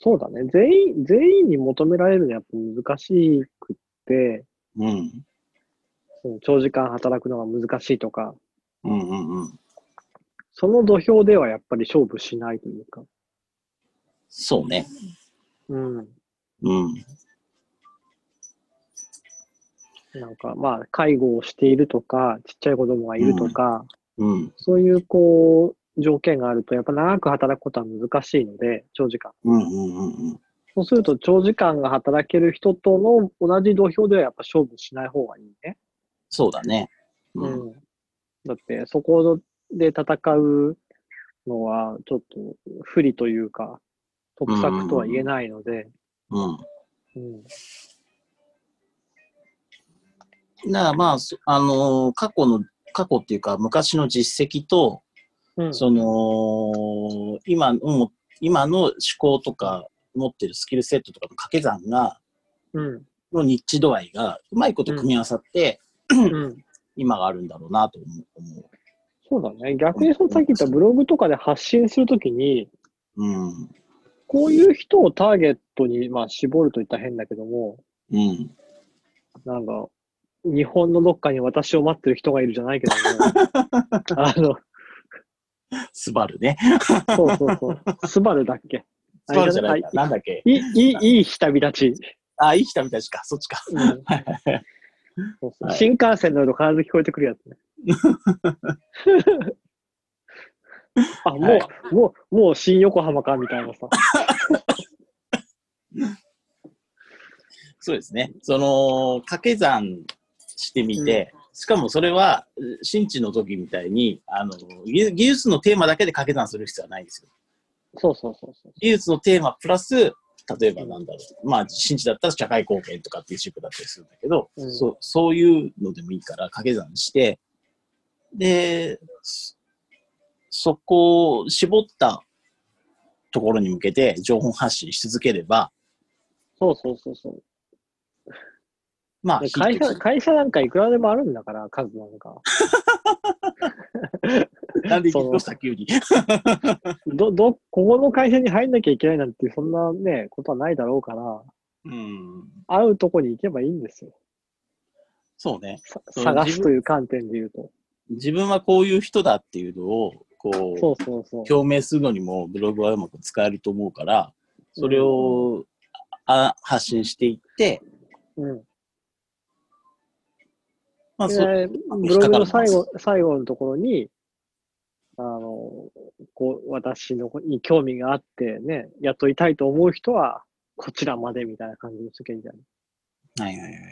そうだね。全員、全員に求められるのはやっぱ難しくって、
うん。
その長時間働くのが難しいとか、
うんうんうん。
その土俵ではやっぱり勝負しないというか。
そうね。
うん。
うん。
なんか、まあ、介護をしているとか、ちっちゃい子供がいるとか、
うん。
そういう、こう、条件があると、やっぱ長く働くことは難しいので、長時間。
うんうんうんうん。
そうすると、長時間が働ける人との同じ土俵ではやっぱ勝負しない方がいいね。
そうだね。うん。
うん。だって、そこで戦うのは、ちょっと不利というか、得策とは言えないので、
うん。
うん。
だからまあ、そあのー過去の、過去っていうか、昔の実績と、
うん。
その、今の、今の思考とか、持ってるスキルセットとかの掛け算が、
うん。
のニッチ度合いが、うまいこと組み合わさって、
うん。
今があるんだろうなと思う思
そうだね。逆にそのさっき言ったブログとかで発信するときに、
う。うん。
こういう人をターゲットに、まあ、絞るといったら変だけども、
うん。
なんか、日本のどっかに私を待ってる人がいるじゃないけど も、あの、
スバルね。
そうそうそう、スバルだっけ
スバルじゃないか。なんだっけ。
いい、いい、いい日旅立ち。
あ、生きたみたいしか、そっちか。
うんそうそう
はい
新幹線乗ると必ず聞こえてくる やつね。あ、もう、
はい
もう、もう新横浜か、みたいなさ。
そうですね。その、掛け算してみて、しかもそれは、う新地の時みたいに、あの、技技術のテーマだけで掛け算する必要はないんですよ。
そうそうそうそう。
技術のテーマプラス、例えばなんだろう。まあ、新地だったら社会貢献とかっていう軸だったりするんだけど、
うん
そうそういうのでもいいから掛け算して、で、そそこを絞ったところに向けて情報発信し続ければ、
そうそうそうそう。
まあ、
で会
ヒットす
社、
る
会社なんかいくらでもあるんだから、数なんか。
なんで
そ
引
の
っ越した 急に。
ど、ど、ここの会社に入んなきゃいけないなんて、そんなね、ことはないだろうから、
うん。
会うとこに行けばいいんですよ。
そうね。
さ
そう
探すという観点で言うと。
自分はこういう人だっていうのを、
そ
こ
うそうそう
う、。表明するのにもブログはうまく使えると思うから、それを、あ発信していって、
うん。
まあ、そ
で、ブログの最後、最後のところに、あの、こう、私のこに興味があってね、雇いたいと思う人は、こちらまでみたいな感じにしときゃいいんじゃない
はいはいはい。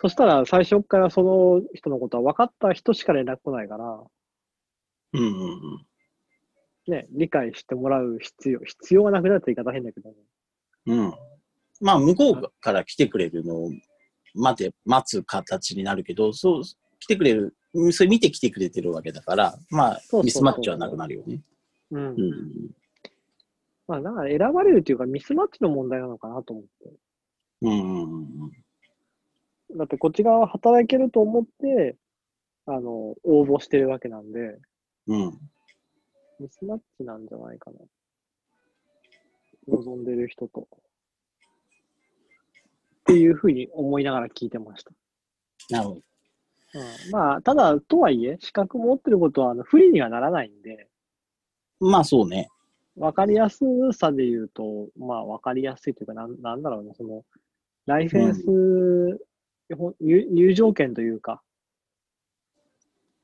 そしたら、最初からその人のことは分かった人しか連絡来ないから、
うんうんうん。
ね、理解してもらう必要、必要がなくなるって言い方変だけどね。
うん。まあ、向こうから来てくれるのを待て、待つ形になるけど、そう、来てくれる、うんそれ見て来てくれてるわけだから、まあ
そうそうそ、う
ミスマッチはなくなるよね。
うん
うん。
まあ、だから選ばれるというか、ミスマッチの問題なのかなと思って。
うんうんうん
だって、こっち側は働けると思って、あの、応募してるわけなんで、
うん。うん。
ミスマッチなんじゃないかな。望んでる人と。っていうふうに思いながら聞いてました。
なるほど。
うん、まあ、ただ、とはいえ、資格持ってることは、あの、不利にはならないんで、
まあそうね。
わかりやすさで言うと、まあ、わかりやすいというか、なん、なんだろうね、その、ライセンス、ほん入入場券というか、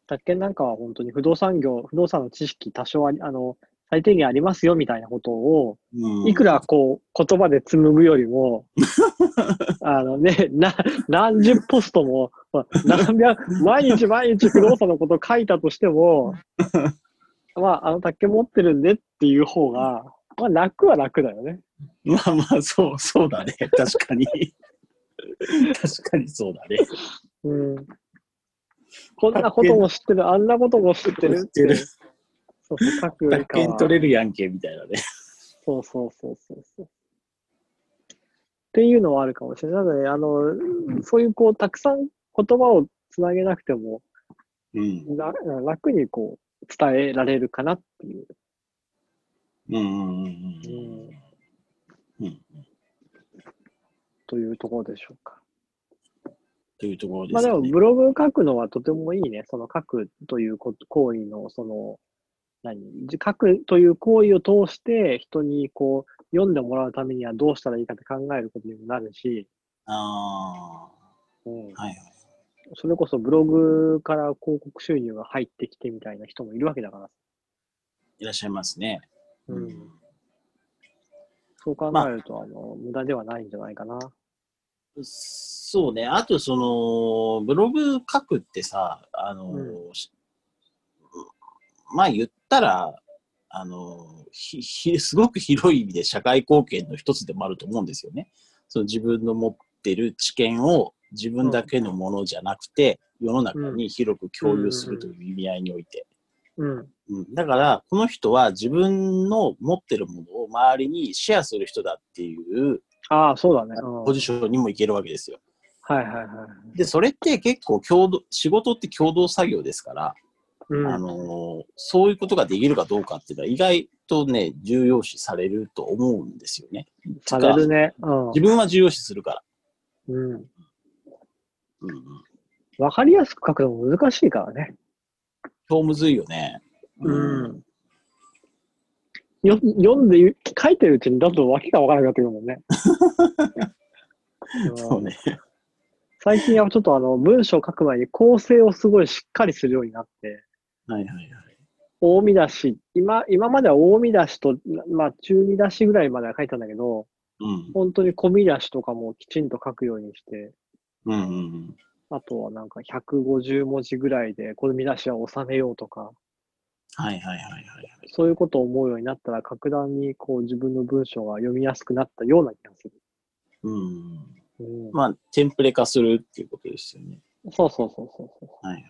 宅建なんかは本当に不動産業、不動産の知識多少あり、あの、最低限ありますよみたいなことを、
うん、
いくらこう、言葉で紡ぐよ りも、あのね、な、何十ポストも、まあ何百、 毎日毎日不動産のこと書いたとしても、まあ、あの、宅建持ってるんでっていう方が、まあ、楽は楽だよね。
まあまあ、そう、そうだね。確かに。確かにそうだね。
うん。こんなことも知ってる、あんなことも知ってる
知
って。
ってる
そうそう、書くより
宅
かは
建取れるやんけ、みたいなね。
そうそうそうそうそう。っていうのはあるかもしれない。なので、あの、そういうこう、たくさん言葉をつなげなくても、
うん。
ら楽にこう、伝えられるかなっていう。
うんうんうんうん。うん。
というところでしょうか。
というところで
まあ
す
で
よ
も、
ね。
ブログ書くのはとてもいいね。その書くということ行為の、その、何じ書くという行為を通して、人にこう、読んでもらうためにはどうしたらいいかって考えることにもなるし、
あ
うん
あ。はいはい。
それこそブログから広告収入が入ってきてみたいな人もいるわけだから。
いらっしゃいますね。うん。
そう考
まあ
えると、あの、無駄ではないんじゃないかな。
そうね。あと、その、ブログ書くってさ、あの、
う
しまあ言ったら、あの、ひひすごく広い意味で社会貢献の一つでもあると思うんですよね。その自分の持ってる知見を自分だけのものじゃなくて、世の中に広く共有するという意味合いにおいて。
うん。
うん、だから、この人は自分の持ってるものを周りにシェアする人だっていう
ああ、そうだね。うん
ポジションにもいけるわけですよ。
はいはいはい。
で、それって結構共同、仕事って共同作業ですから、
うん。
あのーそういうことができるかどうかっていうのは意外とね、重要視されると思うんですよね。
されるね。
自分は重要視するから。
うん。うん。
うんうん。
わかりやすく書くのも難しいからね。
超むずいよね。
ん。よ読んでゆ、書いてるうちにだとわけがわからなくなってくるもんね。うん
そうね。
最近はちょっとあの、文章書く前に構成をすごいしっかりするようになって、
はいはいはい。
大見出し、今、今までは大見出しと、まあ中見出しぐらいまでは書いたんだけど、
うん。
本当に小見出しとかもきちんと書くようにして、
うんうんうん。
あとはなんか150文字ぐらいで小見出しは収めようとか、
はいはいはいはい。
そういうことを思うようになったら、格段にこう自分の文章が読みやすくなったような気がする。
うん。
うん、
まあ、テンプレ化するっていうことですよね。
そうそうそうそうそ
はい。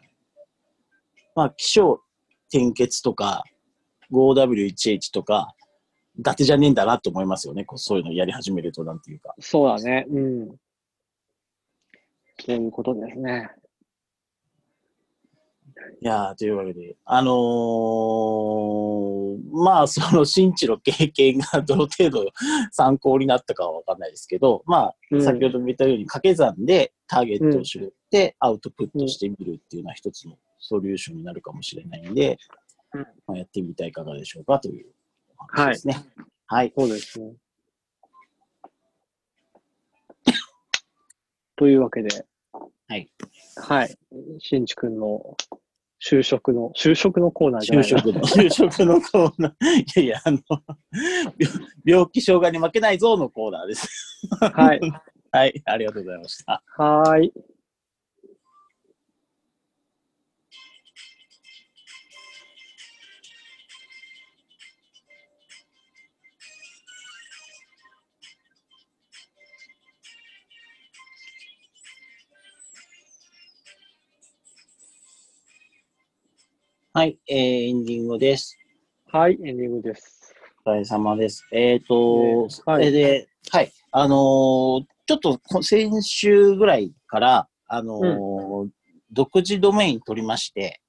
まあ、気象転結とか、5W1H とか、伊達じゃねえんだなと思いますよね。こうそういうのやり始めると、なんていうか。
う。そうだね。うん。ということですね。
いやー、というわけで、あのーまあ、その、新地の経験がどの程度参考になったかはわかんないですけど、ま
う
あ、
ん
先ほども言ったように掛け算でターゲットを絞ってアウトプットしてみるっていうのは一つのソリューションになるかもしれないんで、
うん
まあ、やってみたいかがでしょうかというお話ですね。はい
そうですね。というわけで、
はい。
はい。新地君の就職の、就職のコーナーじゃ
就
ないな
職の、就職のコーナー。 いやいや、あの、病病気障害に負けないぞのコーナーです。
はい。
はい、ありがとうございました。
はーい。
はい、えー、エンディングです。
はい、エンディングです。
お疲れ様です。えっ、と、
はい
それで、はい。あのーちょっとこ先週ぐらいから、あのー独自ドメイン取りまして、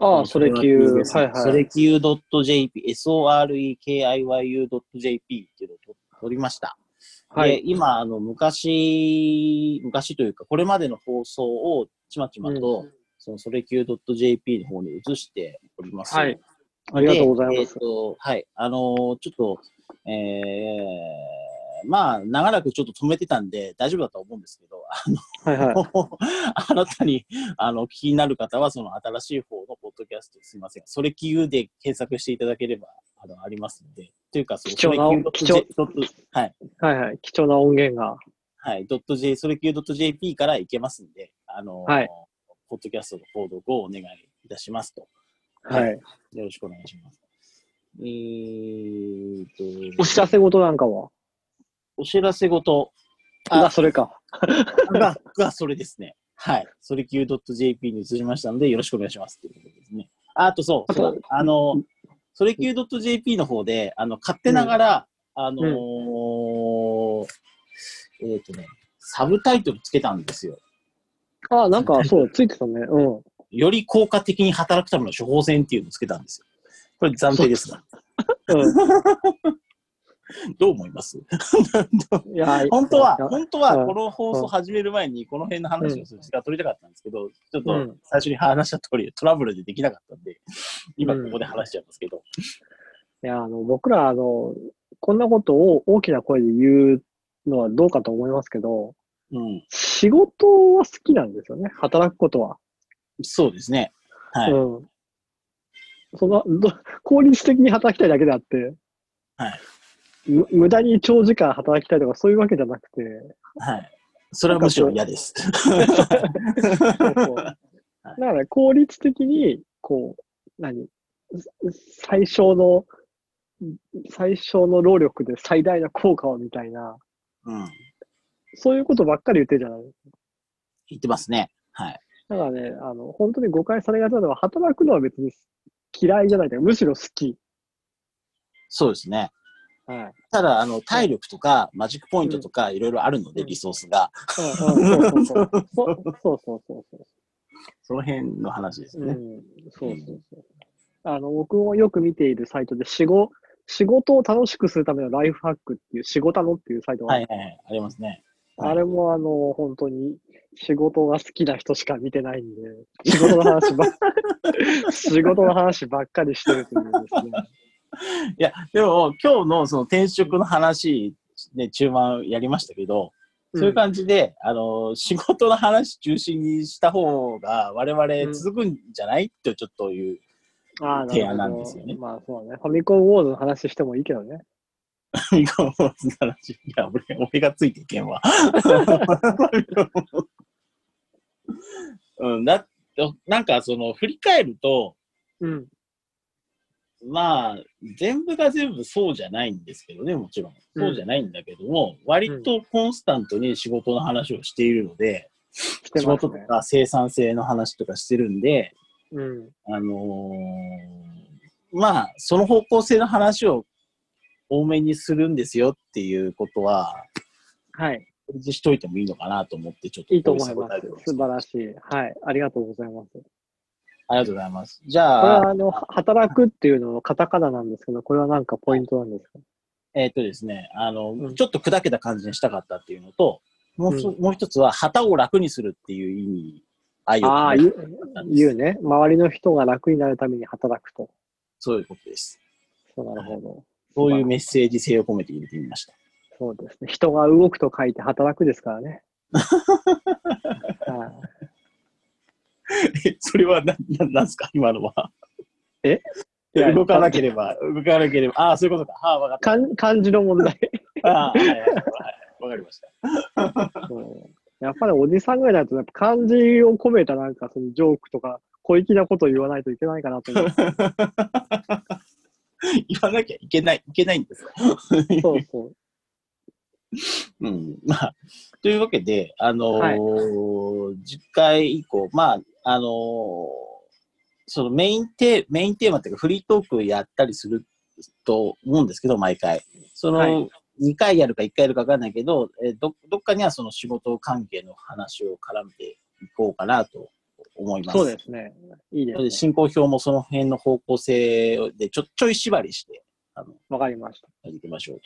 ああ、それ級。はいはい。
それきゅう .jp、sorekiyu.jp っていうのを取取りました。
は
で
い。
今、あの、昔、昔というか、これまでの放送をちまちまと、
うん
その、それ Q.jp の方に移しております。
はい。ありがとうござい
で
ま
え
す
ー。とはい。あのーちょっと、えー、まあ、長らくちょっと止めてたんで、大丈夫だとは思うんですけど、
はいはい。
あなたに、あの、気になる方は、その新しい方のポッドキャスト、すいません。それ Q で検索していただければ、あの、ありますので。というか、その、
貴重な
それ Q.J はい。
はいはい。貴重な音源が。
はい、ドット J、それ Q.jp から行けますんで、あのー
はい
ポッドキャストの報道をお願いいたしますと。
はい。
よろしくお願いします。えーと、
お知らせ事なんかは
お知らせご とあ
あ、それか。
が、がそれですね。はい。それ Q.jp に移りましたので、よろしくお願いしますっていうことですね。ああとそう、
あと
そうあのー、それ Q.jp の方で、あの、勝手ながら、あのーえっ、とね、サブタイトルつけたんですよ。
あ、なんか、そう、ついてたね。うん。
より効果的に働くための処方箋っていうのをつけたんですよ。これ暫定ですが。
う
どう思います
ん。いや
本当は、
いや
本当は
うん
この放送始める前にこの辺の話をする時間取りたかったんですけど、ちょっ
う
と
ん
最初に話した通りトラブルでできなかったんで、今ここで話しちゃいますけど。
いや、あの、僕ら、あの、こんなことを大きな声で言うのはどうかと思いますけど、
うん。
仕事は好きなんですよね。働くことは。
そうですね。はい。
うん。その、ど効率的に働きたいだけであって、
はい
む無駄に長時間働きたいとかそういうわけじゃなくて、
はい。それはむしろ嫌です。
そう そうだから効率的に、こう、何、最小の、最小の労力で最大の効果をみたいな、
うん。
そういうことばっかり言ってるじゃない。
言ってますね。はい。
だからね、あの、本当に誤解されがちなのは、働くのは別に嫌いじゃないというかむしろ好き。
そうですね。
はい。うん
ただ、あの、体力とか、マジックポイントとか、いろいろあるので、
うん
リソースが。
うんそうそうそう。そうそうそうそう。
その辺の話です
う
ね。
ん、そうそうそう。あの、僕もよく見ているサイトで、仕事、仕事を楽しくするためのライフハックっていう、仕事のっていうサイトがあ
はい
る、
はいはい。ありますね。
あれもあの、本当に仕事が好きな人しか見てないんで、仕事の話ばっ、 仕事の話ばっかりしてるというです ね。
いや、でも今日のその転職の話、ね、中盤やりましたけど、そういう感じで、あの、仕事の話中心にした方が我々続くんじゃない、とちょっという。
うんああ
提案なんですよね
まあそうだね。ファミコンウォーズの話してもいいけどね。
ミコンボスの話。いや、俺、俺がついていけんわ。 うん、だなんかその振り返ると、
うん。
まあ、全部が全部そうじゃないんですけどね、もちろん。そうじゃないんだけども、割とコンスタントに仕事の話をしているので、
して
仕
ます
事と
ね。
か生産性の話とかしてるんで、
うん。
あのーまあ、その方向性の話を多めにするんですよっていうことは、
はい。
提示しといてもいいのかなと思って、ちょっと。
いいと思います。素晴
しい。
らしい。はい。ありがとうございます。
ありがとうございます。じ
これ
ゃあ、
はあの、働くっていうののカタカナなんですけど、これはなんかポイントなんですか
えっ、とですね、あの、
うん
ちょっと砕けた感じにしたかったっていうのと、もう一つ、
う
もう一つは、旗を楽にするっていう意味、あい
ああ、
う
言う言うね。周りの人が楽になるために働くと。
そういうことです。
そう、なるほど。
そういうメッセージ性を込めて入れてみました。
そうですね。人が動くと書いて働くですか らね。はい
えそれはな、ななんですか今のは。
え
いや動かなければ、動かなければ、ああ、そういうことか。ああ、わかっ
漢漢字の問題。
た。ああ、はいはいはいはいわかりました。
そうやっぱりおじさんぐらいだと、やっぱ漢字を込めたなんかそのジョークとか、小粋なことを言わないといけないかなと 思う。
言わなきゃいけない、いけないんですか。
そうそう。
うん、 まあ、というわけで、あのー
はい
次回以降、まあ、あのーそのメインテー、メインテーマっていうかフリートークやったりすると思うんですけど、毎回。そ
は
の
い
2回やるか1回やるか分かんないけど、えーど、どっかにはその仕事関係の話を絡めていこうかなと思います。
そうですね。いい
なので
ですね。
進行表もその辺の方向性でちょちょい縛りして、あの、
わかりました。
やっていきましょう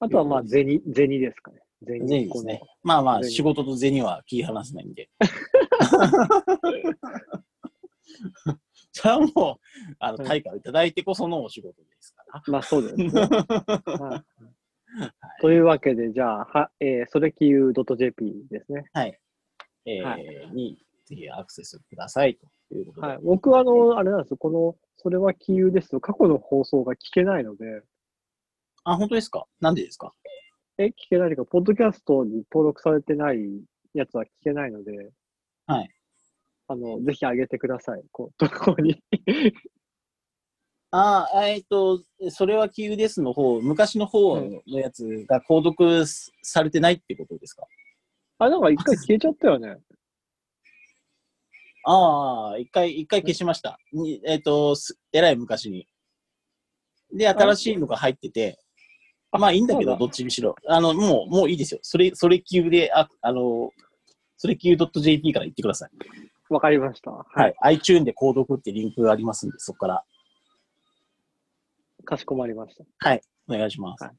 あとは、まあ、銭、銭ですかね。
と。
銭。
銭ですね。まあまあ、
銭
仕事と銭は切り離せないんで。それはもう、あの、
うん
対価をいただいてこそのお仕事ですから。
このまあ、そうです ね。はいというわけで、じゃあ、は、えー、それきゆう .jp ですね。
えー
は
に、ぜひアクセスくださいということで。
はい。僕は、あの、あれなんですよ。この、それはきゆうですと、過去の放送が聞けないので、
あ、本当ですかなんでですか
え、聞けないというか、ポッドキャストに登録されてないやつは聞けないので、
はい。
あの、ぜひ上げてください。こ う、投稿に。
ああ、えっ、と、それは急ですの方、昔の方のやつが購読されてないってことですか
あ、なんか一回消えちゃったよね。
ああ、一回、一回消しました。にえっ、と、すえらい昔に。で、新しいのが入ってて、まあいいんだけど、
そ
どっちにしろ。あの、もう、もういいですよ。それ、それ級で、あ、あの、それ級 .jp から行ってください。
わかりました。は
はい。iTune で購読ってリンクがありますんで、そこから
かしこまりました。
お願いします。
はい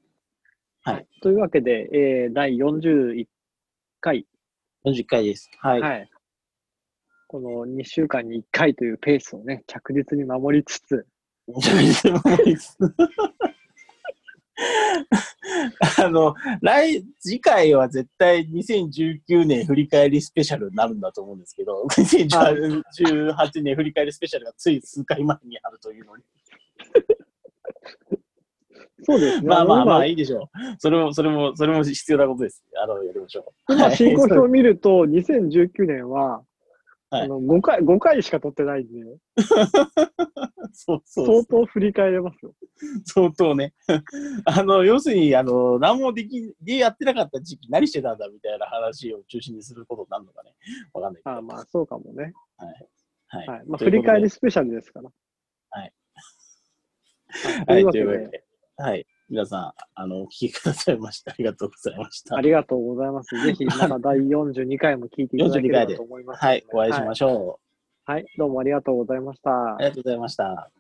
はい
というわけで、えー、第41回、
40回です。はい。
はい。この2週間に1回というペースをね、着実に守りつつ、
あの、来、次回は絶対2019年振り返りスペシャルになるんだと思うんですけど、2018年振り返りスペシャルがつい数回前にあるというのに。
そうですね。
まあまあまあ、
の
いいでしょう。それも、それも、それも必要なことです。あの、やりましょう。
今、今進行表
は
を見ると、2019年は、
はい
あの5回、5回しか撮ってないんで、
いそうそうそう
相当振り返れますよ。
相当ね。 あの、要するに、あの、何もでき、でやってなかった時期、何してたんだみたいな話を中心にすることになるのかね。わかんないけど。
ああまあ、そうかもね。
はい。
はい。まあ、
ということ
振
で
り返りスペシャルですから。
はい。
と、
はいいう
わ
とい
け
う
で、
わけで。はい。皆さん、あの、お聞きくださいまして、ありがとうございました。
ありがとうございます。ぜひ、また第42回も聞いていただ ければと思いますので、
はい。お会いしましょ
はい、どうもありがとうございました。
う。ありがとうございました。